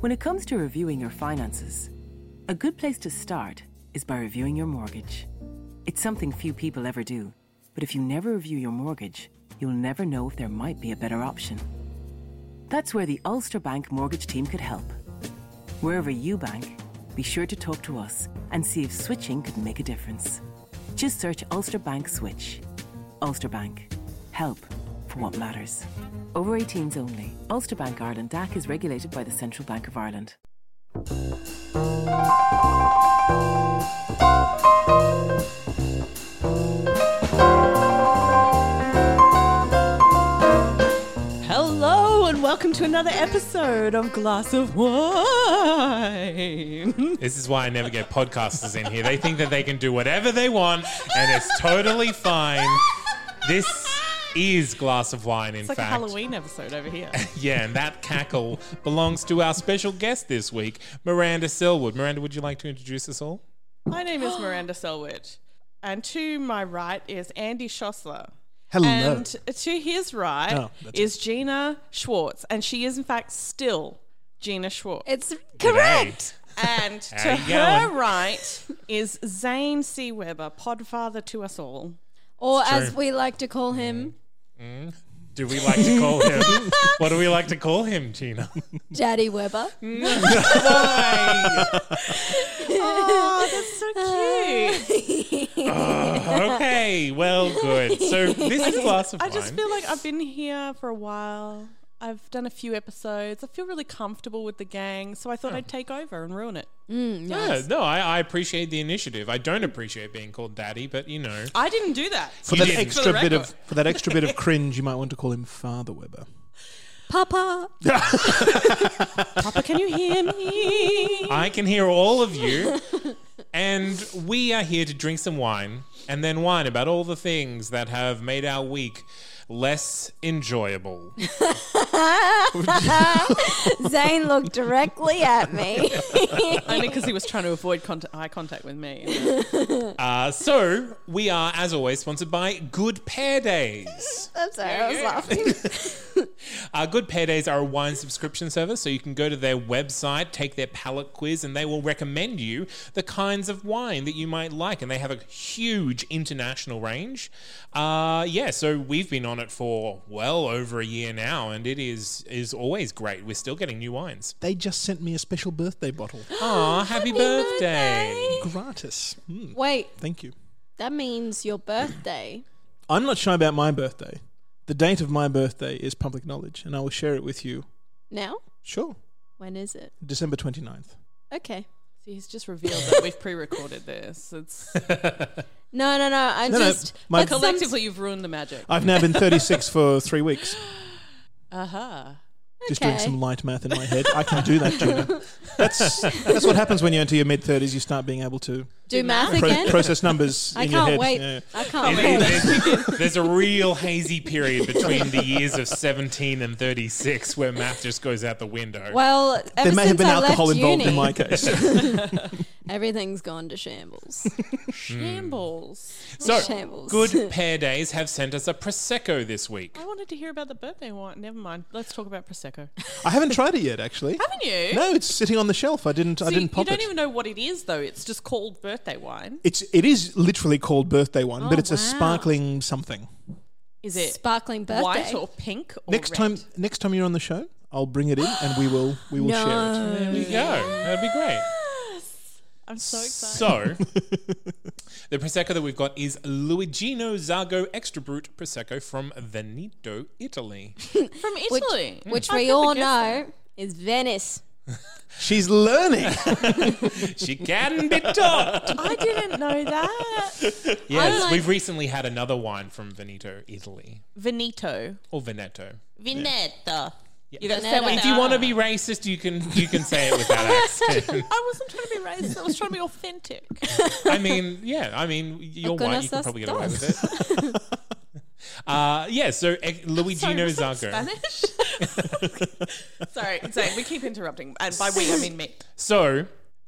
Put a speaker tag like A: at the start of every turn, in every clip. A: When it comes to reviewing your finances, a good place to start is by reviewing your mortgage. It's something few people ever do, but if you never review your mortgage, you'll never know if there might be a better option. That's where the Ulster Bank mortgage team could help. Wherever you bank, be sure to talk to us and see if switching could make a difference. Just search Ulster Bank Switch. Ulster Bank. Help for what matters. Over 18s only. Ulster Bank Ireland DAC is regulated by the Central Bank of Ireland.
B: Hello and welcome to another episode of Glass of Wine.
C: This is why I never get podcasters in here. They think that they can do whatever they want and it's totally fine. This is glass of wine, in
B: It's like a
C: fact.
B: Halloween episode over here.
C: Yeah, and that cackle belongs to our special guest this week, Miranda Selwood. Miranda, would you like to introduce us all?
B: my name is Miranda Selwood, and to my right is Andy Schossler.
D: Hello.
B: And to his right
D: Oh, that's
B: is Gina Schwartz, and she is in fact still Gina Schwartz.
E: It's correct.
B: and
C: How
B: to
C: you
B: her
C: going?
B: right is Zane C. Weber, podfather to us all.
E: Or
C: It's
E: as
C: true.
E: we like to call him,
C: Do we like to call him? what do we like to call him, Gina?
D: Mm-hmm.
E: Daddy Weber.
D: Mm.
B: Oh, that's so cute.
C: okay, well, good. So this is glass of
B: I
C: wine.
B: just feel like I've been here for a while. I've done a few episodes. I feel really comfortable with the gang, so I thought I'd take over and ruin it.
C: yeah, Uh, no, I, I appreciate the initiative. I don't appreciate being called daddy, but you know.
B: I didn't do that.
D: for
C: You
D: that
C: didn't.
D: extra
B: For the
D: bit of
B: record.
D: for that extra bit of cringe, you might want to call him Father Weber.
E: Papa.
B: Papa, can you hear me?
C: I can hear all of you. and we are here to drink some wine and then whine about all the things that have made our week less enjoyable.
E: Zane looked directly at me.
B: Only because he was trying to avoid contact, eye contact with me.
C: Uh, so, we are, as always, sponsored by Good Pair Days.
E: I'm sorry, I was laughing.
C: Uh, Good Pair Days are a wine subscription service, so you can go to their website, take their palate quiz, and they will recommend you the kinds of wine that you might like. And they have a huge international range. Uh, yeah, so we've been on it for well over a year now, and it is is always great. We're still getting new wines.
D: They just sent me a special birthday bottle,
C: Aw, happy, birthday.
D: gratis. Mm,
E: Wait,
D: thank you.
E: that means your birthday.
D: I'm not shy about my birthday. The date of my birthday is public knowledge, and I will share it with you.
E: Now?
D: Sure,
E: When is it?
D: December 29th.
E: Okay.
B: See, he's just revealed that we've pre-recorded this. It's
E: No, no, no. I'm
D: No, no,
E: just.
D: my-
E: but some-
B: collectively you've ruined the magic.
D: I've now been 36 for three weeks.
B: Aha.
D: Just doing
E: Okay.
D: some light math in my head. I can do that, Gina. That's that's what happens when you're into your mid 30s. You start being able to
E: do math
D: pro-
E: again?
D: process numbers
E: I
D: in your
E: can't
D: head.
E: wait.
D: Yeah.
E: I
C: It-
E: can't
C: it-
E: wait.
C: there's, there's a real hazy period between the years of 17 and 36 where math just goes out the window.
E: Well, ever
D: There may have
E: since
D: been
E: I
D: alcohol
E: left
D: involved
E: uni,
D: in my case.
E: everything's gone to shambles.
B: Shambles.
C: So,
E: Shambles.
C: good pair days have sent us a prosecco this week.
B: I wanted to hear about the birthday wine. Never mind. Let's talk about prosecco.
D: I haven't tried it yet, actually.
B: Haven't you?
D: No, it's sitting on the shelf. I didn't. I
B: Eh? See,
D: didn't pop
B: you don't
D: it.
B: even know what it is, though. It's just called birthday wine.
D: it's it is literally called birthday wine,
B: Oh,
D: but it's a
B: wow.
D: sparkling something.
B: Is it
E: Sparkling birthday.
B: white or pink? Or
D: next
B: red?
D: time, next time you're on the show, I'll bring it in and we will we will share it.
C: There we go. That'd be great.
B: I'm so excited.
C: So, the prosecco that we've got is Luigino Zago Extra Brut Prosecco from Veneto, Italy.
B: From Italy,
E: Which
B: I
E: we
B: couldn't
E: all
B: guess
E: know is Venice.
D: She's learning.
C: she can be taught.
B: that. I didn't know that.
C: Yes,
B: like-
C: we've recently had another wine from Veneto, Italy,
B: Veneto.
C: or Veneto.
B: Veneto.
C: You don't
E: know
C: if
E: that.
C: you want to be racist, you can you can say it without accent.
B: I wasn't trying to be racist. I was trying to be authentic.
C: I mean, yeah. I mean, you're white. You
E: conoces
C: can probably get away with it. Uh, yeah. So ex- Luigino
B: was that
C: Zarco.
B: Spanish. Sorry, Zane. We keep interrupting, and by we I mean me.
C: So,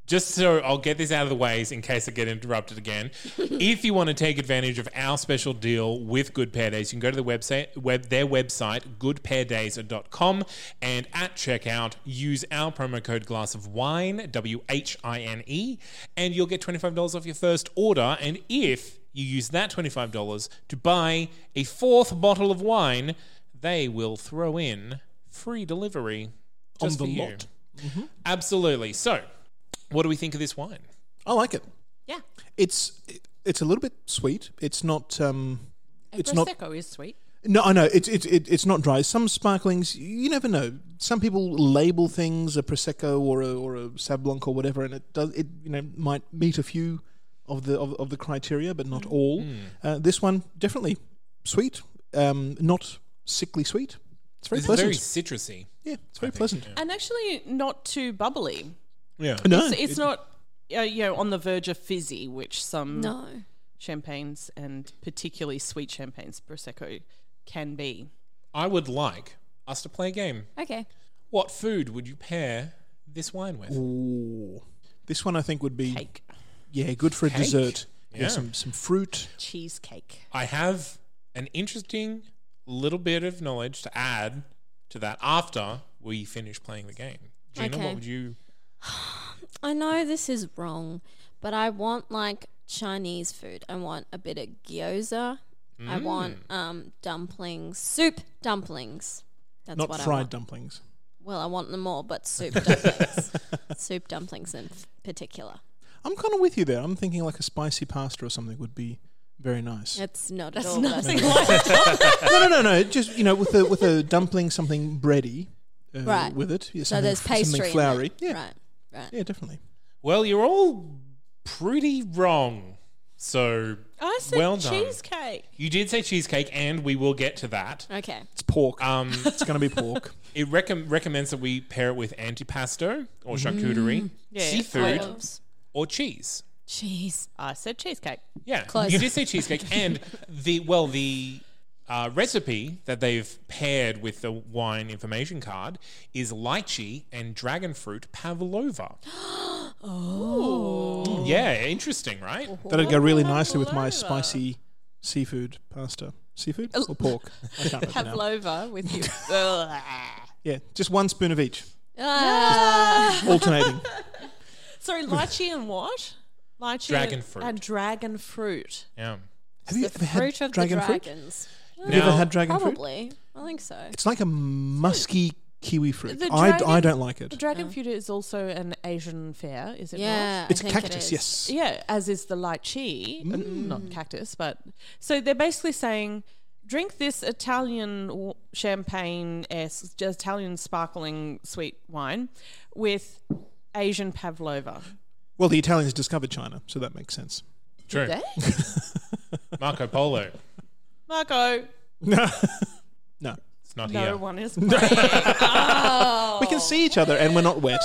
C: just so I'll get this out of the ways in case I get interrupted again, if you want to take advantage of our special deal with Good Pair Days, you can go to the website, web, their website, goodpairdays.com, and at checkout, use our promo code glass of wine, W H I N E, and you'll get $25 off your first order. And if you use that $25 to buy a fourth bottle of wine, they will throw in free delivery
D: On
C: just
D: the
C: for you.
D: lot. Mm-hmm.
C: Absolutely. So, what do we think of this wine?
D: I like it.
B: Yeah,
D: It's it- it's a little bit sweet. It's not. Um, it's not.
B: prosecco is sweet.
D: No, I know. It's it's it, it's not dry. Some sparklings, you never know. Some people label things a prosecco or a or a sauv blanc or whatever, and it does it you know might meet a few of the of, of the criteria, but not all. Uh, this one definitely sweet. Um, not sickly sweet. It's very
C: It's
D: pleasant.
C: very citrusy.
D: yeah, it's very pleasant.
B: and actually not too bubbly.
C: Yeah.
D: No,
B: It's, it's
D: it-
B: not uh, you know on the verge of fizzy, which some
D: Mm.
E: No.
B: champagnes and particularly sweet champagnes prosecco can be.
C: I would like us to play a game.
E: Okay.
C: What food would you pair this wine with?
D: Ooh. This one I think would be
B: Cake,
D: yeah good for a
C: Cake?
D: dessert. Yeah.
C: Yeah.
D: some some fruit.
B: cheesecake.
C: I have an interesting little bit of knowledge to add to that after we finish playing the game. Gina,
E: Okay.
C: what would you?
E: I know this is wrong, but I want like Chinese food. I want a bit of gyoza. I want um dumplings, soup dumplings. That's
D: not
E: what I
D: fried
E: want.
D: dumplings.
E: well, I want them all, but soup dumplings. soup dumplings in f- particular.
D: I'm kind of with you there. I'm thinking like a spicy pasta or something would be very nice.
E: It's not at all. what I said.
D: no, no, no, no. Just you know, with a with a dumpling, something bready, uh,
E: Right.
D: With it,
E: So
D: yeah, something,
E: there's pastry.
D: something
E: in there.
D: floury. Yeah,
E: Right. Right.
D: yeah, definitely.
C: Well, you're all pretty wrong. So
B: I said
C: Well done.
B: cheesecake.
C: you did say cheesecake, and we will get to that.
E: Okay.
D: It's pork.
C: Um,
D: it's going to be pork.
C: it recom- recommends that we pair it with antipasto or charcuterie,
B: Yeah.
C: seafood,
E: Cloves.
C: or cheese.
E: Jeez.
B: I said cheesecake.
C: Yeah,
E: Close.
C: you did say cheesecake, and the well, the uh, recipe that they've paired with the wine information card is lychee and dragon fruit pavlova. oh, yeah, interesting, right?
D: That'd go really nicely with my spicy seafood pasta. Seafood or pork? I can't remember now.
B: Pavlova with you.
D: Yeah, just one spoon of each,
E: Ah.
D: alternating.
B: Sorry, lychee and what? Lychee
C: Dragon
B: and,
C: fruit.
B: and dragon fruit.
C: Yeah.
D: Have you
E: the
D: ever had
E: fruit of
D: dragon
E: the
D: fruit?
E: dragons.
D: Have you ever
C: Now-
D: had dragon fruit?
E: Probably. I think so.
D: It's like a musky kiwi fruit.
B: The
D: I, I
B: dragon-
D: don't like
B: The
D: it.
B: dragon fruit is also an Asian fare, is it not?
E: Yeah. I
D: It's a
E: think it
D: cactus.
E: is.
D: yes.
B: Yeah, as is the lychee, uh,
D: Mm.
B: not cactus, but so they're basically saying drink this Italian w- champagne esque, Italian sparkling sweet wine with Asian pavlova.
D: Well, the Italians discovered China, so that makes sense.
C: True. Marco Polo.
B: Marco,
D: No, no.
C: It's not
B: no
C: here.
B: one is. playing.
D: We can see each other, and we're not wet.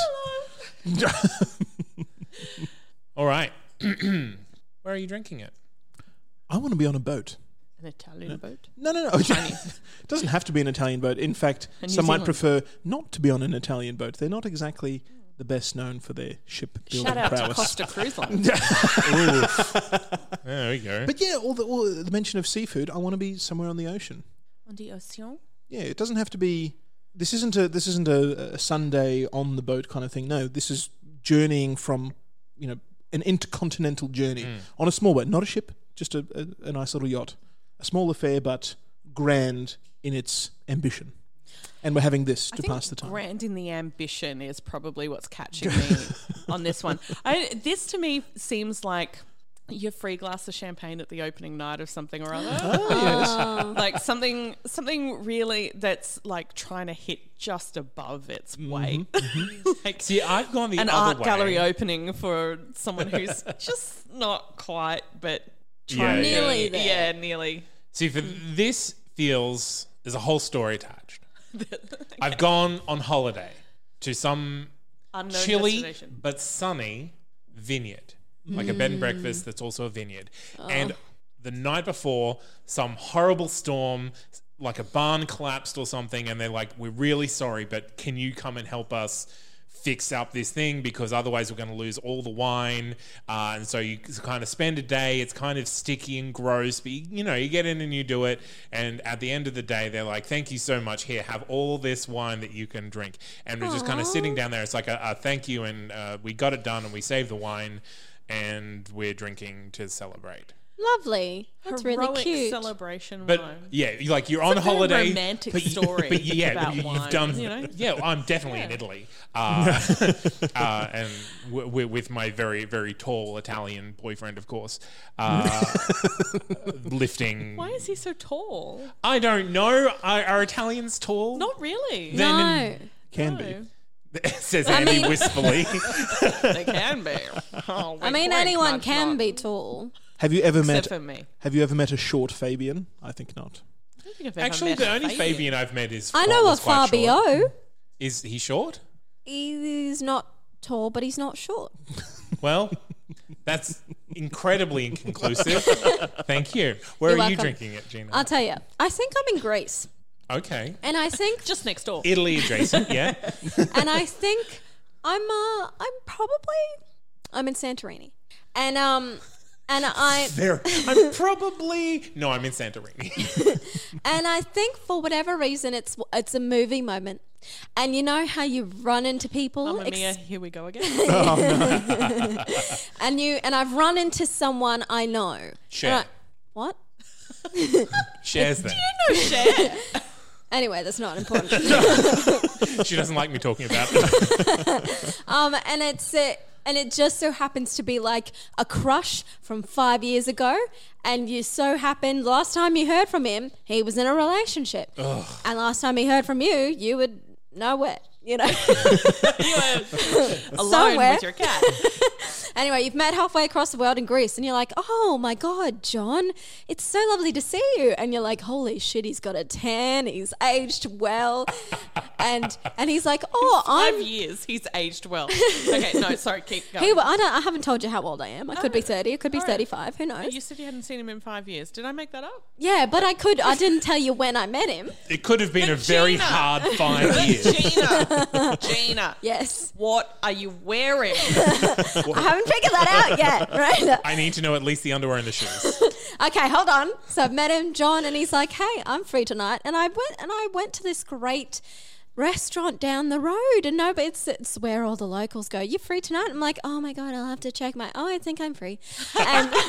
C: All right. Where are you drinking it?
D: I want to be on a boat.
B: An Italian boat.
D: No, no, no. it doesn't have to be an Italian boat. In fact,
B: A New
D: some might
B: Zealand.
D: prefer not to be on an Italian boat. They're not exactly the best known for their ship building
B: Shout out to
D: prowess.
B: Costa Cruise Line.
C: There we go.
D: But yeah, all the, all the mention of seafood, I want to be somewhere on the ocean.
B: On the ocean.
D: Yeah, it doesn't have to be. This isn't a this isn't a, a Sunday on the boat kind of thing. No, this is journeying from you know an intercontinental journey
C: Mm.
D: on a small boat, not a ship, just a, a, a nice little yacht, a small affair but grand in its ambition. And we're having this to pass the time.
B: Grand in the ambition is probably what's catching me on this one. I, this to me seems like your free glass of champagne at the opening night of something or other.
D: Oh,
B: like something, something really that's like trying to hit just above its weight. like
C: See, I've gone the
B: an
C: other
B: art
C: way.
B: gallery opening for someone who's just not quite, but
C: Yeah, yeah.
E: Nearly there.
B: yeah, nearly.
C: See, for this feels there's a whole story attached. I've gone on holiday to some
B: Unknown
C: chilly
B: destination.
C: but sunny vineyard, like a bed and breakfast that's also a vineyard. And the night before, some horrible storm, like a barn collapsed or something, and they're like, "We're really sorry, but can you come and help us?" Fix up this thing because otherwise we're going to lose all the wine, uh, and so you kind of spend a day. It's kind of sticky and gross, but you, you know you get in and you do it. And at the end of the day, they're like, "Thank you so much. Here, have all this wine that you can drink." And we're just kind of sitting down there. It's like a, a thank you, and uh, we got it done, and we saved the wine, and we're drinking to celebrate.
E: Lovely. That's really
B: Heroic
E: cute.
B: celebration
C: But
B: wine.
C: yeah, you- like you're on
B: a very
C: holiday.
B: romantic
C: but you-
B: story
C: but yeah,
B: about
C: but you,
B: wine,
C: have done.
B: you know?
C: Yeah, well, I'm definitely in Italy, uh, uh, and w- w- with my very very tall Italian boyfriend, of course, uh, lifting.
B: Why is he so tall?
C: I don't know. Are, are Italians tall?
B: Not really.
C: Then
E: no.
D: Can
B: No.
D: be.
C: says Andy
E: mean-
C: wistfully.
B: they can be. Oh,
E: I
B: wink,
E: mean,
B: wink,
E: anyone
B: nudge,
E: can
B: nudge.
E: be tall.
D: Have you ever met?
B: Except for me.
D: Have you ever met a short Fabian? I think not.
B: I don't think I've ever
C: Actually,
B: met
C: the
B: a
C: only Fabian I've met is
E: I know a
C: was quite
E: Fabio.
C: short. Is he short?
E: He's not tall, but he's not short.
C: Well, that's incredibly inconclusive. Thank you. Where
E: You're
C: are you
E: welcome.
C: drinking it, Gina?
E: I'll tell you. I think I'm in Greece,
C: okay.
E: and I think,
B: Just next door.
C: Italy adjacent, yeah.
E: and I think I'm. Uh, I'm probably. I'm in Santorini, and um, and I
C: There, I'm probably no, I'm in Santorini.
E: and I think for whatever reason, it's it's a movie moment, and you know how you run into people,
B: Mamma
E: ex-
B: mia, here we go again.
E: and you and I've run into someone I know.
C: Share,
E: And I- what?
C: shares that.
B: Shit.
E: Anyway, that's not important.
C: She doesn't like me talking about it.
E: Um, and it's it, and it just so happens to be like a crush from five years ago, and you so happened last time you heard from him, he was in a relationship, and last time he heard from you, you would know it, you know.
B: You are alone
E: Somewhere.
B: with your cat.
E: anyway, you've met halfway across the world in Greece, and you're like, oh my god, John, it's so lovely to see you, and you're like, holy shit, he's got a tan, he's aged well, and and he's like, oh, I'm.
B: Five years. He's aged well. Okay, no, sorry, keep going.
E: He, I, don't, I haven't told you how old I am. I could be 30, I could be
B: Oh, Alright.
E: 35, who knows?
B: you said you hadn't seen him in five years. Did I make that up?
E: Yeah, but I could. I didn't tell you when I met him.
C: It could have been a very
B: Gina.
C: hard five years.
B: Gina, Gina,
E: Yes,
B: what are you wearing?
E: I haven't figured that out yet. Right?
C: I need to know at least the underwear and the shoes.
E: Okay, hold on. So I've met him, John, and he's like, "Hey, I'm free tonight," and I went and I went to this great restaurant down the road, and no, but it's it's where all the locals go. You free tonight? I'm like, oh my god, I'll have to check my. Oh, I think I'm free. And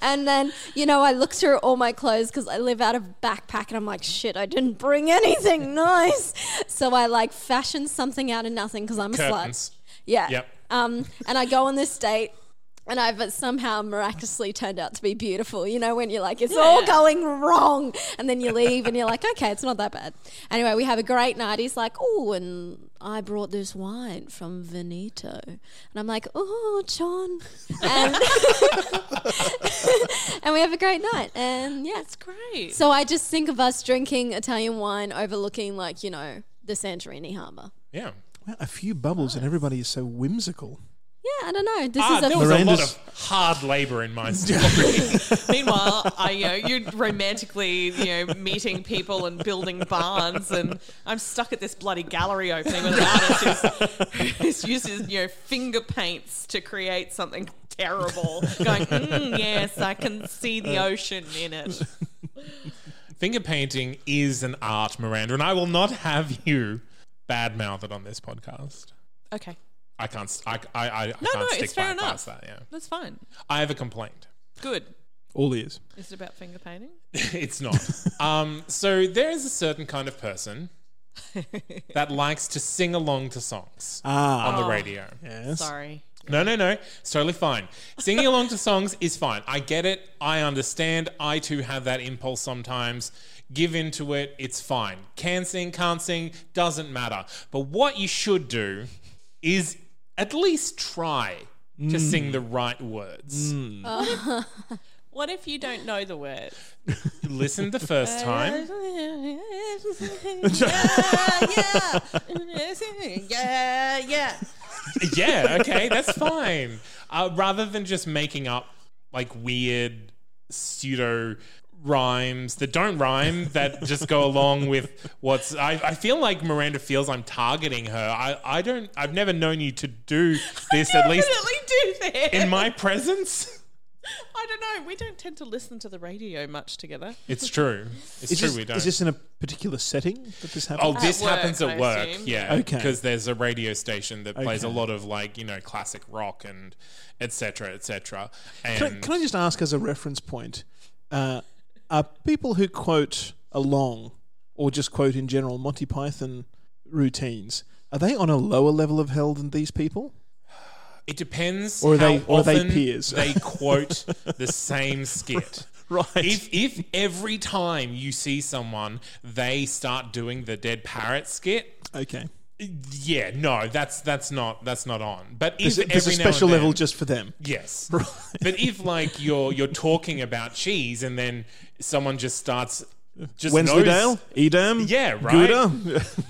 E: And then, you know, I look through all my clothes because I live out of backpack and I'm like, shit, I didn't bring anything nice. So I like fashion something out of nothing because I'm a
C: Curtains.
E: slut. Yeah.
C: Yep.
E: Um, and I go on this date. And I've uh, somehow miraculously turned out to be beautiful. You know, when you're like, it's all going wrong. And then you leave and you're like, okay, it's not that bad. Anyway, we have a great night. He's like, oh, and I brought this wine from Veneto. And I'm like, oh, John. And, and we have a great night. And yeah, it's great.
B: Great.
E: So I just think of us drinking Italian wine overlooking, like, you know, the Santorini harbour.
C: Yeah.
D: Wow, a few bubbles and everybody is so whimsical.
E: Yeah, I don't know. This
C: Ah,
E: is a
C: there was a lot
D: Miranda's-
C: of hard labour in my story.
B: Meanwhile, I you know you're romantically you know meeting people and building barns, and I'm stuck at this bloody gallery opening with an artist who's, who's uses you know finger paints to create something terrible. Going, mm, yes, I can see the ocean in it.
C: Finger painting is an art, Miranda, and I will not have you badmouthed on this podcast.
B: Okay,
C: I can't. st- I, I, I, I can't
B: no,
C: stick
B: it's fair
C: by-
B: enough.
C: past that. Yeah,
B: that's fine.
C: I have a complaint.
B: Good.
D: All ears.
B: Is it about finger painting?
C: it's not. um, so there is a certain kind of person that likes to sing along to songs
D: Ah.
C: on the radio.
B: Oh.
D: Yes.
B: Sorry.
C: No, no, no. It's totally fine. Singing along to songs is fine. I get it. I understand. I too have that impulse sometimes. Give in to it. It's fine. Can sing, can't sing, doesn't matter. But what you should do is
B: Mm.
C: at least try to sing the right words.
B: What if you don't know the word?
C: Listen the first
B: Uh,
C: time.
B: yeah, yeah. yeah, yeah.
C: yeah, okay, that's fine. Uh, rather than just making up like weird pseudo rhymes that don't rhyme that just go along with what's I, I feel like Miranda feels I'm targeting her. I, I don't I've never known you to do this at least
B: Definitely do that.
C: in my presence.
B: I don't know. We don't tend to listen to the radio much together.
C: It's true. It's
D: Is
C: true
D: this,
C: we don't.
D: is this in a particular setting that this
C: Oh,
D: happens?
C: this
B: work,
C: happens at
B: I
C: work,
B: assume.
C: yeah.
D: Okay.
C: because there's a radio station that plays a
D: Okay.
C: lot of like you know classic rock and etc. etc. And
D: Can I, can I just ask, as a reference point, uh, are people who quote along or just quote in general Monty Python routines are they on a lower level of hell than these people?
C: It depends.
D: Or are
C: how
D: they- or are they
C: often
D: peers?
C: They quote the same skit.
D: Right.
C: If if every time you see someone, they start doing the dead parrot skit.
D: Okay,
C: Yeah, no, that's that's not that's not on. But if
D: there's,
C: every
D: there's a
C: now and
D: special level
C: then-
D: just for them.
C: Yes.
D: Right.
C: But if like you're you're talking about cheese and then someone just starts just
D: Wensleydale,
C: knows
D: Edam,
C: Yeah, right.
D: Gouda,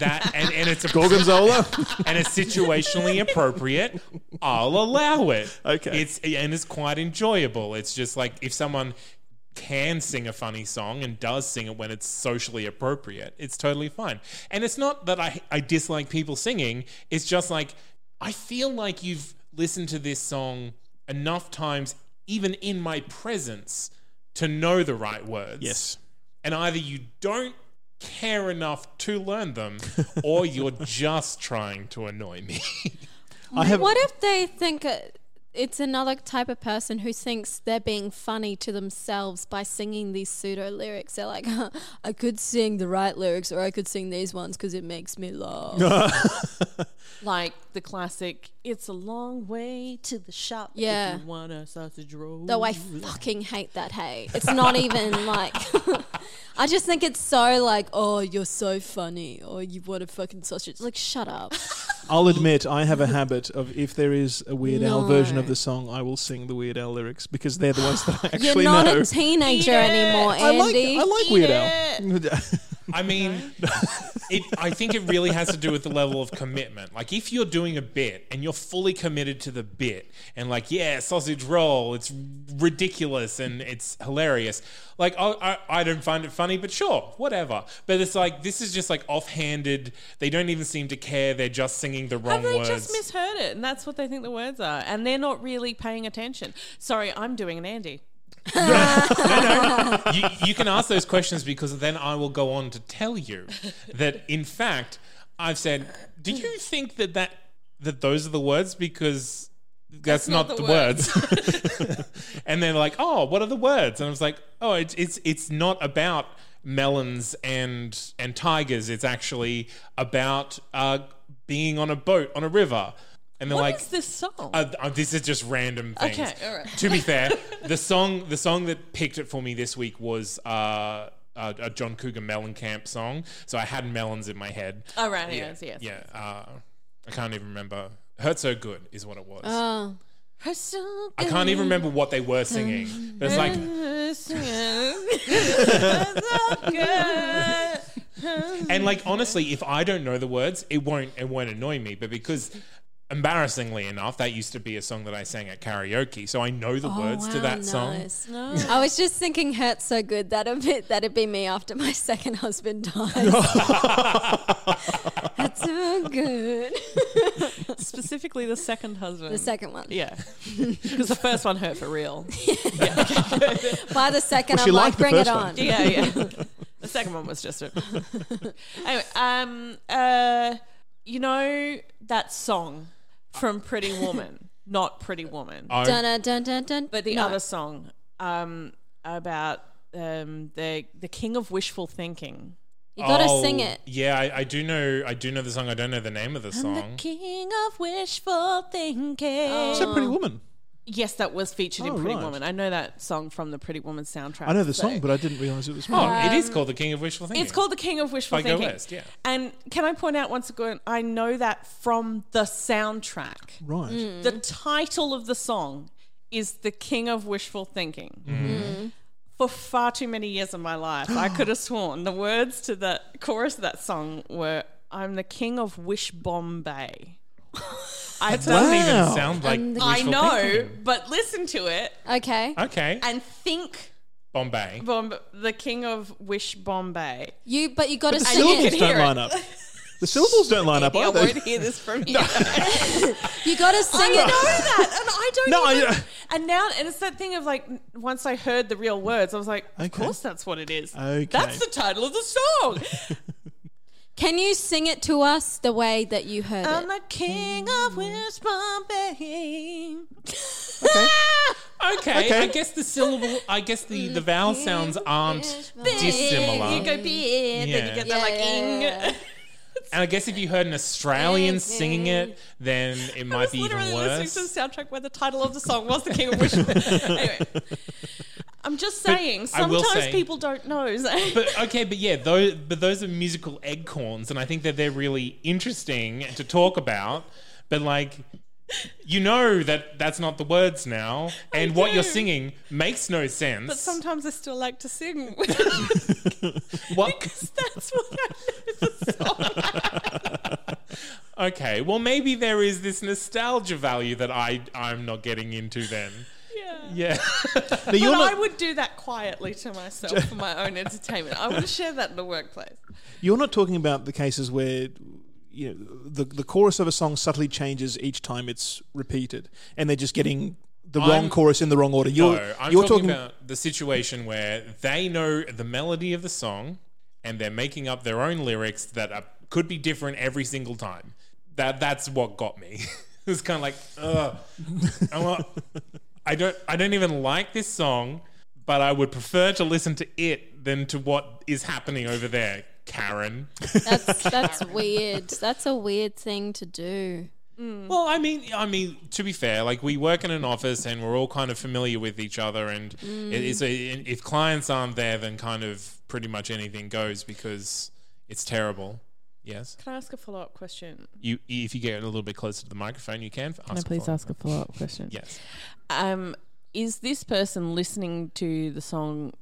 C: that and, and it's a
D: Gorgonzola.
C: and it's situationally appropriate, I'll allow it.
D: Okay.
C: It's and it's quite enjoyable. It's just like if someone can sing a funny song and does sing it when it's socially appropriate, it's totally fine. And it's not that I I dislike people singing. It's just like I feel like you've listened to this song enough times, even in my presence, to know the right words
D: yes.
C: and either you don't care enough to learn them or you're just trying to annoy me.
D: I have.
E: What if they think uh, it's another type of person who thinks they're being funny to themselves by singing these pseudo lyrics? They're like, I could sing the right lyrics or I could sing these ones because it makes me laugh.
B: Like the classic, it's a long way to the shop.
E: Yeah.
B: If you want a sausage roll.
E: Though I fucking hate that, hey. It's not even like. I just think it's so like, oh, you're so funny or you want a fucking sausage. Like, shut up.
D: I'll admit I have a habit of if there is a Weird Al
E: No.
D: version of the song, I will sing the Weird Al lyrics because they're the ones that I
E: You're
D: actually
E: not
D: know.
E: a teenager
B: Yeah.
E: anymore,
D: I like
E: Andy.
D: I like
B: Eat
D: Weird
B: it.
D: Al.
C: I mean, it, I think it really has to do with the level of commitment. Like, if you're doing a bit and you're fully committed to the bit, and like, yeah, sausage roll, it's ridiculous and it's hilarious. Like, oh, I, I don't find it funny, but sure, whatever. But it's like, this is just like offhanded. They don't even seem to care. They're just singing the
B: Have
C: wrong
B: they
C: words.
B: just misheard it? And that's what they think the words are. And they're not really paying attention. Sorry, I'm doing an Andy.
C: you, you can ask those questions because then I will go on to tell you that in fact I've said, do you think that that that those are the words because that's, not, the, words. and they're like, oh, what are the words? And I was like, oh, it's it's it's not about melons and and tigers. It's actually about uh, being on a boat on a river. And they're
B: What
C: like,
B: is this song?
C: uh, uh, this is just random things.
B: Okay, all right.
C: To be fair, the song the song that picked it for me this week was uh, a, a John Cougar Mellencamp song. So I had melons in my head.
B: oh, right, yes, yes.
C: Yeah, uh, I can't even remember. Hurt so good is what it was.
E: Oh.
C: I can't even remember what they were singing. But it's like, and like honestly, if I don't know the words, it won't it won't annoy me. But because embarrassingly enough, that used to be a song that I sang at karaoke, so I know
B: Oh,
C: the Oh, words to that song.
E: No. I was just thinking, hurt so good that'd be that'd be me after my second husband dies. That's so good.
B: Specifically the second husband.
E: The second one.
B: Yeah. Because the first one hurt for real.
E: By the second,
D: Well, she
E: I'm like,
D: liked the
E: bring it
D: first
E: on.
D: one.
B: Yeah, yeah. the second one was just a. anyway, um, uh, you know that song from Pretty Woman, not Pretty Woman,
C: Oh,
E: Dun, dun, dun, dun, dun.
B: but the
E: No.
B: other song um, about um, the the king of wishful thinking.
E: you gotta
C: Oh,
E: sing it.
C: Yeah, I, I do know. I do know the song. I don't know the name of the song.
B: King of wishful thinking.
D: It's a pretty woman.
B: Yes, that was featured
D: Oh,
B: in Pretty
D: right.
B: Woman. I know that song from the Pretty Woman soundtrack.
D: I know the
B: so-
D: song, but I didn't realize it was.
C: Oh,
D: Woman.
C: it is called the King of Wishful Thinking.
B: It's called The King of Wishful
C: By Go
B: Thinking.
C: West, yeah.
B: And can I point out once again, I know that from the soundtrack.
D: right.
B: The title of the song is the king of wishful thinking.
C: Mm-hmm.
B: For far too many years of my life, I could have sworn the words to the chorus of that song were "I'm the king of Wish Bombay." I
C: That doesn't even
D: Wow.
C: sound like
E: And the-
B: I
C: wishful
B: know,
C: thinking.
B: but listen to it
E: Okay.
C: Okay,
B: and think
C: Bombay.
B: Bomb- the king of Wish Bombay.
E: You but you got to
D: The
E: sing it.
D: syllables
B: can
D: don't
B: hear it.
D: line up. The syllables don't line up
B: I won't
D: either.
B: hear this from you. I
E: You got to sing
B: know
E: it.
B: that, and I don't.
D: No, I-
B: even, and now, and it's that thing of like, once I heard the real words, I was like, of
D: Okay.
B: course that's what it is.
D: Okay.
B: That's the title of the song.
E: Can you sing it to us the way that you heard
B: I'm
E: it?
B: the king of West Bombay.
C: Okay,
D: Okay.
C: I guess the syllable, I guess the, the vowel sounds aren't dissimilar.
B: You go beer, then
C: Yeah.
B: you get that like ing.
C: And I guess if you heard an Australian singing it, then it
B: I
C: might
B: was
C: be even
B: literally
C: worse.
B: listening to the soundtrack where the title of the song was "The King of Wish." anyway, I'm just saying.
C: I will
B: Sometimes
C: say-
B: people don't know. so-
C: but okay, but yeah, those but those are musical eggcorns, and I think that they're really interesting to talk about. But like, you know that that's not the words now, and what you're
B: do.
C: singing makes no sense.
B: But sometimes I still like to sing.
C: what?
B: That's what I
C: Okay, well maybe there is this nostalgia value that I I'm not getting into then.
B: yeah.
C: Yeah,
D: Now, you're
B: But
D: not,
B: I would do that quietly to myself for my own entertainment. I would share that in the workplace.
D: You're not talking about the cases where you know the the chorus of a song subtly changes each time it's repeated, and they're just getting the
C: I'm-
D: wrong chorus in the wrong order. You're
C: no, I'm
D: you're
C: talking about the situation where they know the melody of the song, and they're making up their own lyrics that are, could be different every single time. That that's what got me. it was kind of like, ugh, I'm not- I don't I don't even like this song, but I would prefer to listen to it than to what is happening over there, Karen.
E: That's that's weird. That's a weird thing to do.
C: Well, I mean, I mean, to be fair, like we work in an office and we're all kind of familiar with each other, and it is a, if clients aren't there, then kind of pretty much anything goes because it's terrible. Yes,
B: Can I ask a follow up question?
C: you if you get a little bit closer to the microphone, you can. Ask a follow-up.
B: a follow up question?
C: Yes.
B: Um, is this person listening to the song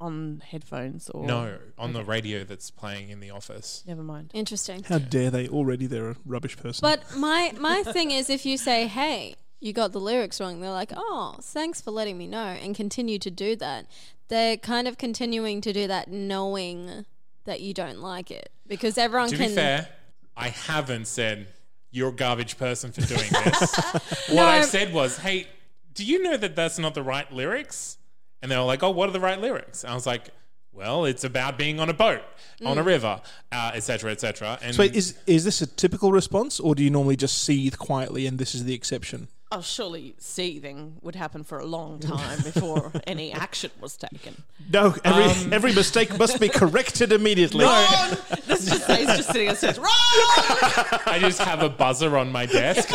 B: on headphones or
C: No, on the radio that's playing in the office.
B: Never mind.
E: Interesting.
D: How dare they? Already they're a rubbish person.
E: But my my thing is, if you say, "Hey, you got the lyrics wrong," they're like, "Oh, thanks for letting me know," and continue to do that. They're kind of continuing to do that, knowing that you don't like it, because everyone
C: To
E: can.
C: be fair, I haven't said you're a garbage person for doing this. what
E: No,
C: I
E: I-
C: said was, hey, do you know that that's not the right lyrics? And they were like, oh, what are the right lyrics? And I was like, well, it's about being on a boat,
B: Mm.
C: on a river, uh, et cetera, et cetera. And
D: so wait, is is this a typical response, or do you normally just seethe quietly, and this is the exception?
B: Oh, surely seething would happen for a long time before any action was taken.
D: No, every every mistake must be corrected immediately.
B: Wrong! This just he's just sitting and says wrong.
C: I just have a buzzer on my desk.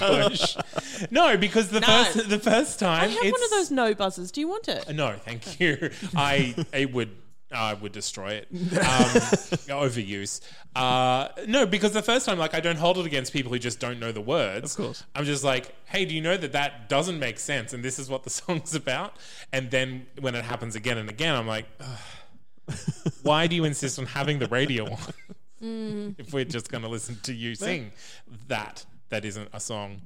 C: Push. No, because the
B: No.
C: first the first time
B: I have
C: it's,
B: one of those no buzzers. Do you want it?
C: No, thank you. I it would I would destroy it. Um, overuse. Uh, no, because the first time, like, I don't hold it against people who just don't know the words. Of
D: course.
C: I'm just like, hey, do you know that that doesn't make sense, and this is what the song's about? And then when it happens again and again, I'm like, "Ugh, why do you insist on having the radio on if we're just going to listen to you sing that that isn't a song?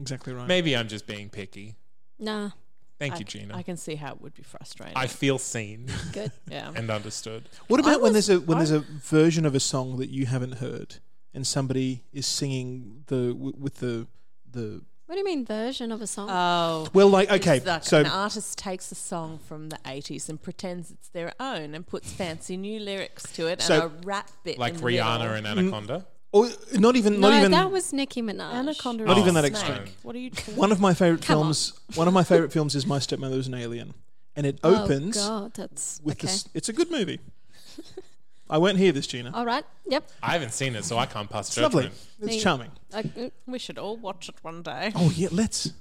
D: Exactly right.
C: Maybe I'm just being picky.
E: nah,
C: Thank
B: I,
C: you, Gina.
B: I can see how it would be frustrating.
C: I feel seen
E: good.
B: yeah.
C: and understood.
D: What
B: I
D: about when
B: was-
D: there's a when
B: I-
D: there's a version of a song that you haven't heard and somebody is singing the w- with the the
E: What do you mean version of a song?
B: Oh.
D: well like okay
B: It's like
D: so
B: an artist takes a song from the 80s and pretends it's their own and puts fancy new lyrics to it
D: So-
B: and a rap bit
C: like
B: in the middle.
C: Rihanna
D: Mm.
C: and Anaconda.
D: or not even
E: no,
D: not even
E: that was Nicki Minaj.
B: Anaconda
D: Not
B: is
D: even
B: a
D: that
B: snake.
C: extreme.
B: What are you talking
D: one of my favorite
E: Come on.
D: films one of my favorite films is My Stepmother Was an Alien and it
E: Oh,
D: opens
E: God, that's
D: with
E: okay.
D: this it's a good movie. I won't hear this Gina.
E: All right. Yep.
C: I haven't seen it, so I can't pass
D: it's lovely.
C: judgment.
D: It's
E: Me-
D: charming.
E: I- mm,
B: We should all watch it one day.
D: Oh yeah, let's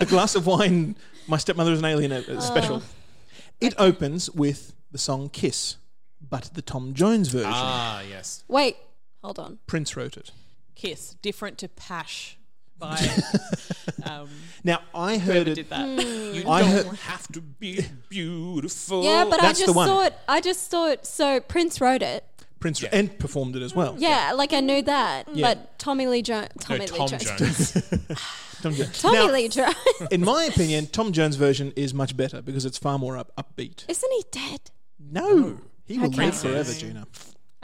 D: a glass of wine My Stepmother Is an Alien uh, uh, special.
E: Oh.
D: It opens with the song Kiss but the Tom Jones version.
C: Ah, yes.
E: wait. Hold on.
D: Prince wrote it.
B: Kiss, different to Pash. by um,
D: Now I heard
B: whoever
D: it.
B: did that.
C: You
D: I
C: don't
D: heard-
C: have to be beautiful.
E: Yeah, but
D: That's
E: I
D: the
E: just
D: one.
E: saw it. I just saw it. So Prince wrote it.
D: Prince and performed it as well.
E: Yeah, like I knew that. But Tommy Lee Jones.
C: no,
E: Tommy Lee
C: Tom
E: Jones.
C: Jones.
D: Tom Jones.
E: Tommy
D: Now,
E: Lee Jones.
D: in my opinion, Tom Jones' version is much better because it's far more up, upbeat.
E: Isn't he dead?
D: No, he will live forever, Gina.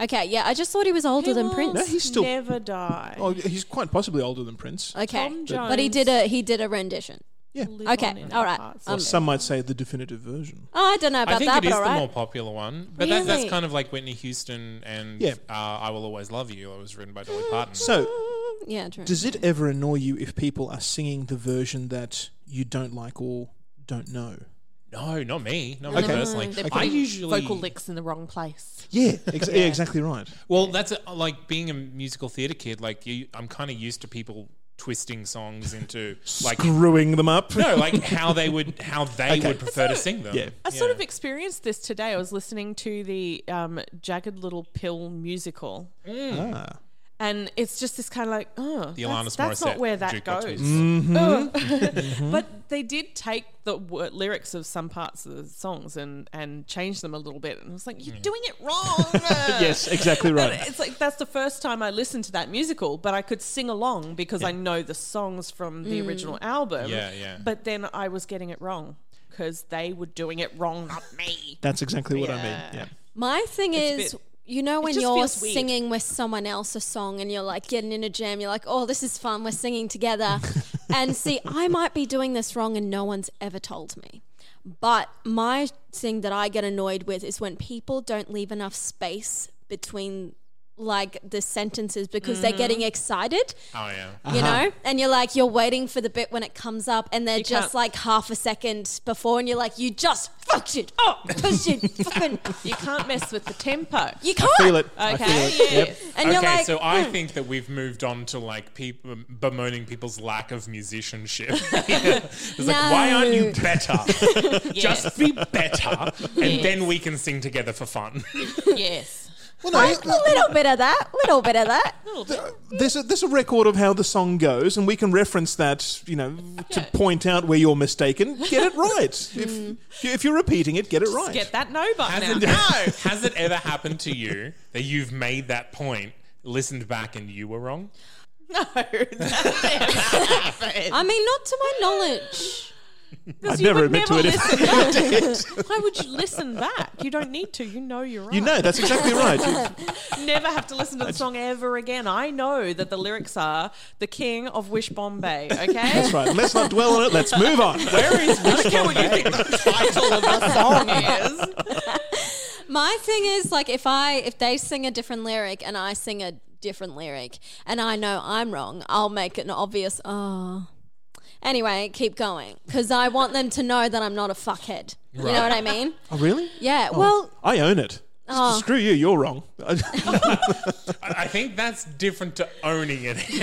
E: Okay, yeah, I just thought he was older than Prince.
D: No, he's still-
B: never die.
D: Oh, he's quite possibly older than Prince.
E: okay,
B: Tom
E: but he did a he did a rendition.
D: Yeah.
B: Live
E: Okay,
B: on in
E: all
B: our
E: right.
B: hearts.
E: Um,
D: Some might say the definitive version.
E: Oh, I don't know
C: I
E: about
C: think
E: that,
C: it
E: but
C: is
E: all
C: the
E: right.
C: more popular one, but that, that's
E: Really?
C: kind of like Whitney Houston and
D: Yeah.
C: uh, "I Will Always Love You." It was written by Dolly Parton.
D: So,
E: Mm, yeah, true.
D: does it ever annoy you if people are singing the version that you don't like or don't know?
C: no, not me, not me
D: Okay.
C: personally.
D: They're
C: I
D: putting
C: usually
F: vocal licks in the wrong place.
D: Yeah, ex- yeah. exactly right.
C: Well, that's a, like being a musical theater kid. Like you, I'm kind of used to people twisting songs into like
D: Screwing them up.
C: no, like how they would how they
D: Okay.
C: would prefer to sing them.
D: Yeah.
B: I sort of experienced this today. I was listening to the um, Jagged Little Pill musical,
D: Ah.
B: and it's just this kind of like, oh,
C: Mm. The
B: that's,
C: Alanis
B: that's
C: Morissette
B: not where that
C: jukebox
B: goes.
C: musical.
B: Ugh. but they did take the w- lyrics of some parts of the songs and and change them a little bit, and I was like, you're
C: Mm.
B: doing it wrong.
D: Yes, exactly right.
B: And it's like that's the first time I listened to that musical, but I could sing along because I know the songs from the original album.
C: Yeah, yeah.
B: But then I was getting it wrong because they were doing it wrong, not me.
D: That's exactly what I mean.
B: Yeah.
D: Yeah.
E: My thing
B: It's
E: is,
B: a bit-
E: you know, when
B: just
E: you're
B: feels weird.
E: singing with someone else a song and you're like getting in a jam, you're like, oh, this is fun, we're singing together. and see, I might be doing this wrong and no one's ever told me. But my thing that I get annoyed with is when people don't leave enough space between like the sentences because they're getting
B: Mm-hmm.
E: excited
C: Oh yeah.
B: Uh-huh.
E: you know and you're like you're waiting for the bit when it comes up and they're
B: can't-
E: just like half a second before and you're like you just fucked it up because you fucking
B: You can't mess with the tempo.
E: you can't
D: Feel it. I
B: Okay.
D: feel it. Yep.
E: and
C: okay,
E: you're like
C: so I
B: "Hmm."
C: think that we've moved on to like people bemoaning people's lack of musicianship. it's like, why aren't you better? Just be better, and then we can sing together for fun.
B: Yes.
D: Well, no,
E: a little bit of that, little bit of that.
D: there's a, there's a record of how the song goes, and we can reference that, you know, to point out where you're mistaken. Get it right.
E: Hmm.
D: if, if you're repeating it, get it right.
B: Get that no button
C: Has it,
B: now.
C: has it ever happened to you that you've made that point, listened back, and you were wrong?
B: No, that's never happened.
E: I mean, not to my knowledge.
D: I'd never admit to it if I did.
B: Why would you listen back? You don't need to. You know you're right.
D: You know, that's exactly right.
B: never have to listen to the song ever again. I know that the lyrics are "The King of Wish Bombay." Okay,
D: That's right. Let's not dwell on it. Let's move on. Where is
B: I don't care what you think the title of the song is.
E: My thing is like if I if they sing a different lyric and I sing a different lyric and I know I'm wrong, I'll make an obvious oh. Anyway, keep going because I want them to know that I'm not a fuckhead. You know what I mean?
D: Oh, really?
E: Yeah. Oh. Well,
D: I own it. Screw you. You're wrong.
C: I I think that's different to owning it.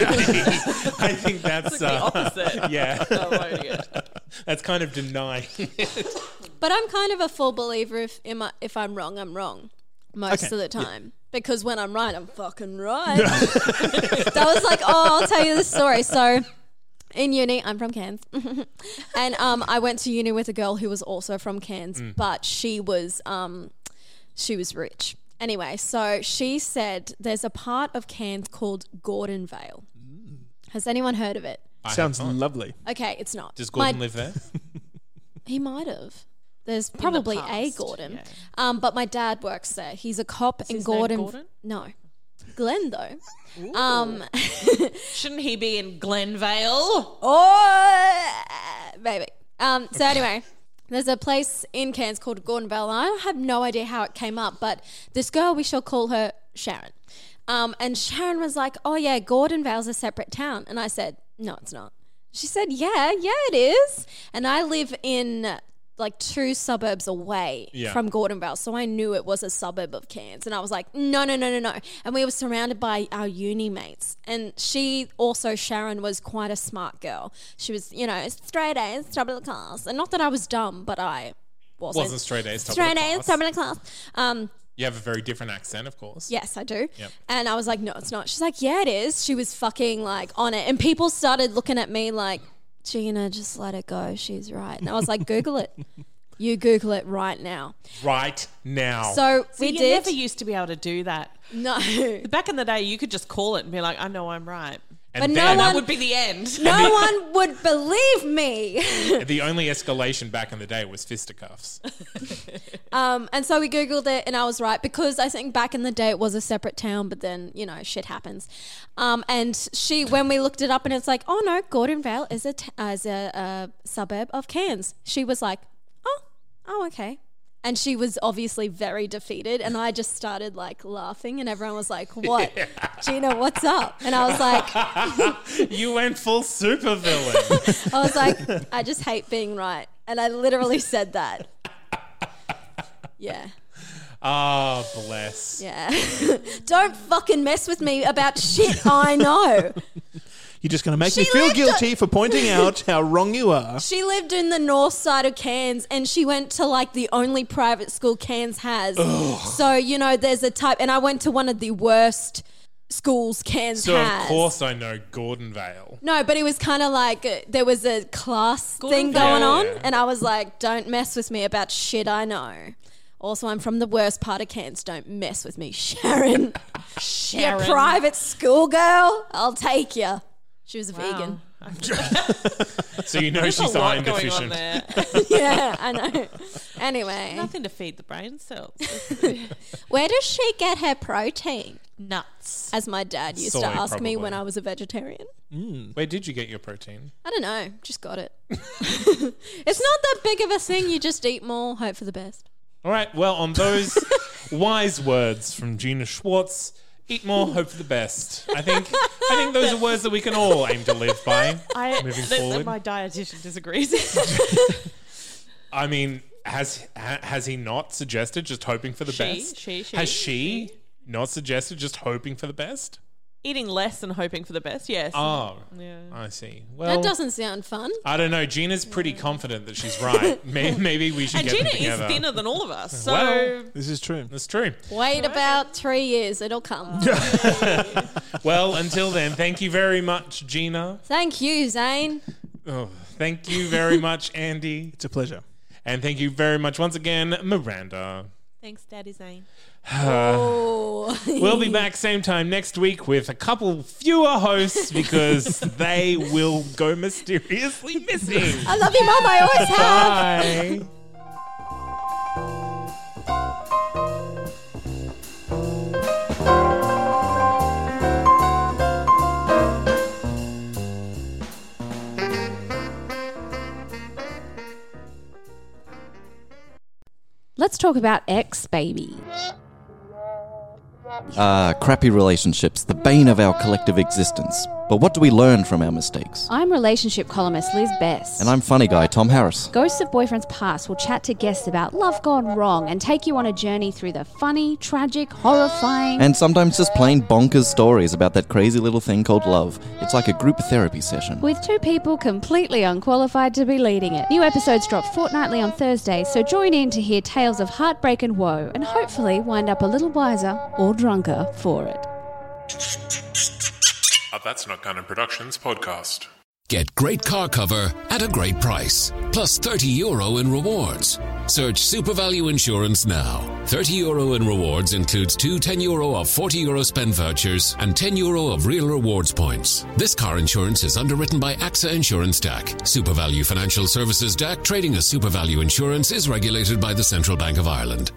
C: I think that's
B: The
C: uh,
B: opposite.
C: yeah,
B: of owning it.
C: that's kind of denying.
E: But I'm kind of a full believer if am I- if I'm wrong, I'm wrong most
D: Okay,
E: of the time. Because when I'm right, I'm fucking right. that was like, oh, I'll tell you this story. So in uni, I'm from Cairns. and um, I went to uni with a girl who was also from Cairns,
C: Mm.
E: but she was um, she was rich. Anyway, so she said there's a part of Cairns called Gordon Vale.
C: Mm.
E: Has anyone heard of it?
D: Sounds lovely.
E: Okay, it's not.
C: Does
E: My-
C: Gordon live there?
E: he might have. There's probably a
B: past,
E: Gordon.
B: yeah.
E: Um, but my dad works there. He's a cop and
B: his name
E: Gordon,
B: Gordon?
E: No. Glenn though. Um
B: Shouldn't he be in Glenvale?
E: Oh maybe. Um so anyway, there's a place in Cairns called Gordon Vale, and I have no idea how it came up, but this girl we shall call her Sharon. Um, and Sharon was like, Oh yeah, Gordon Vale's a separate town. And I said, No, it's not. She said, Yeah, yeah, it is. And I live in like two suburbs away
C: Yeah.
E: from Gordon Vale. So I knew it was a suburb of Cairns. And I was like, no, no, no, no, no. And we were surrounded by our uni mates. And she also, Sharon, was quite a smart girl. She was, you know, straight A's, top of the class. And not that I was dumb, but I wasn't.
C: Wasn't straight A's, top of the
E: Straight A's,
C: class.
E: top of the class. Um,
C: You have a very different accent, of course.
E: Yes, I do.
C: Yep.
E: And I was like, no, it's not. She's like, yeah, it is. She was fucking like on it. And people started looking at me like, Gina, just let it go. She's right. And I was like, Google it. You Google it right now.
C: Right now.
E: So we
B: you
E: did.
B: never used to be able to do that.
E: no.
B: Back in the day, you could just call it and be like, I know I'm right.
C: and
E: but no
C: then
E: one-
B: That would be the end.
E: No one would believe me.
C: the only escalation back in the day was fisticuffs.
E: Um, and so we Googled it and I was right because I think back in the day it was a separate town, but then, you know, shit happens. Um, and she, when we looked it up and it's like, oh no, Gordon Vale is a, t- is a, uh suburb of Cairns. She was like, oh, oh, okay. And she was obviously very defeated. And I just started like laughing and everyone was like, what? Gina, what's up? And I was like,
C: you went full supervillain.
E: I was like, I just hate being right. And I literally said that. Yeah.
C: Ah, bless.
E: Yeah. Don't fucking mess with me about shit I know.
D: You're just going to make
E: She
D: me feel
E: lived
D: guilty for pointing out how wrong you are.
E: She lived in the north side of Cairns and she went to like the only private school Cairns has. So, you know, there's a type, and I went to one of the worst schools Cairns
C: So
E: has.
C: of course I know Gordon Vale.
E: No, but it was kind of like uh, there was a class thing
C: Vale.
E: going
C: Yeah,
E: on,
C: yeah.
E: and I was like, don't mess with me about shit I know. Also, I'm from the worst part of Cairns. Don't mess with me, Sharon. Sharon. Your private school girl. I'll take you. She was a vegan.
C: So you know she's
B: There's a lot
C: iron
B: going on
C: deficient.
B: there.
E: yeah, I know. Anyway,
B: Nothing to feed the brain cells.
E: where does she get her protein?
B: Nuts.
E: As my dad used
C: Soy,
E: to ask me when
C: probably.
E: I was a vegetarian.
C: Where did you get your protein?
E: I don't know, just got it. it's not that big of a thing. You just eat more, hope for the best.
C: All right. Well, on those wise words from Gina Schwartz, eat more, hope for the best. I think I think those are words that we can all aim to live by.
B: I,
C: moving
B: th-
C: forward.
B: my dietitian disagrees.
C: I mean, has ha, has he not suggested just hoping for the
B: She,
C: best?
B: she, she,
C: has she, not suggested just hoping for the best?
B: Eating less and hoping for the best. Yes.
C: Oh,
B: Yeah.
C: I see. Well,
E: that doesn't sound fun.
C: I don't know. Gina's pretty confident that she's right. May- Maybe we should
B: and
C: get
B: Gina
C: them
B: is
C: together.
B: thinner than all of us, so
C: Well.
D: This is true.
C: That's true.
E: Wait about three years, it'll come.
C: Well, until then, thank you very much, Gina.
E: Thank you, Zane.
C: Oh, thank you very much, Andy.
D: It's a pleasure.
C: And thank you very much once again, Miranda.
B: thanks, Daddy Zane.
E: Oh.
C: We'll be back same time next week with a couple fewer hosts because they will go mysteriously missing.
E: I love you, Mum. I always have.
C: Bye.
F: Let's talk about ex baby.
G: Ah, crappy relationships, the bane of our collective existence. But what do we learn from our mistakes?
F: I'm relationship columnist Liz Best.
G: And I'm funny guy Tom Harris.
F: Ghosts of Boyfriends Past will chat to guests about love gone wrong and take you on a journey through the funny, tragic, horrifying.
G: And sometimes just plain bonkers stories about that crazy little thing called love. It's like a group therapy session.
F: with two people completely unqualified to be leading it. New episodes drop fortnightly on Thursdays, so join in to hear tales of heartbreak and woe, and hopefully wind up a little wiser or drunker for it.
H: A That's Not Canon Productions podcast.
I: Get great car cover at a great price. Plus 30 euro in rewards. Search Supervalue Insurance now. 30 euro in rewards includes two 10 euro of 40 euro spend vouchers and 10 euro of real rewards points. This car insurance is underwritten by AXA Insurance DAC. Supervalue Financial Services DAC trading as Supervalue Insurance is regulated by the Central Bank of Ireland.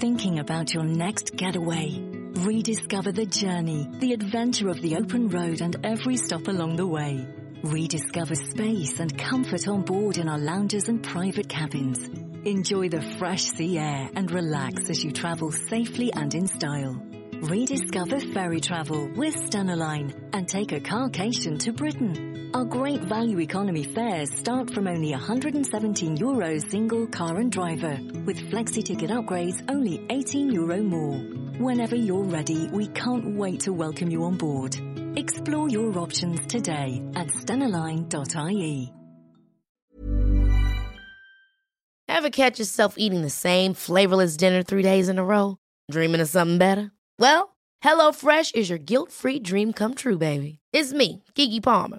J: Thinking about your next getaway? Rediscover the journey, the adventure of the open road and every stop along the way. Rediscover space and comfort on board in our lounges and private cabins. Enjoy the fresh sea air and relax as you travel safely and in style. Rediscover ferry travel with Stenaline and take a carcation to Britain. Our great value economy fares start from only 117 euro single car and driver, with flexi ticket upgrades only 18 euro more. Whenever you're ready, we can't wait to welcome you on board. Explore your options today E. at stenaline.ie.
K: Ever catch yourself eating the same flavorless dinner three days in a row? Dreaming of something better? Well, HelloFresh is your guilt free dream come true, baby. It's me, Kiki Palmer.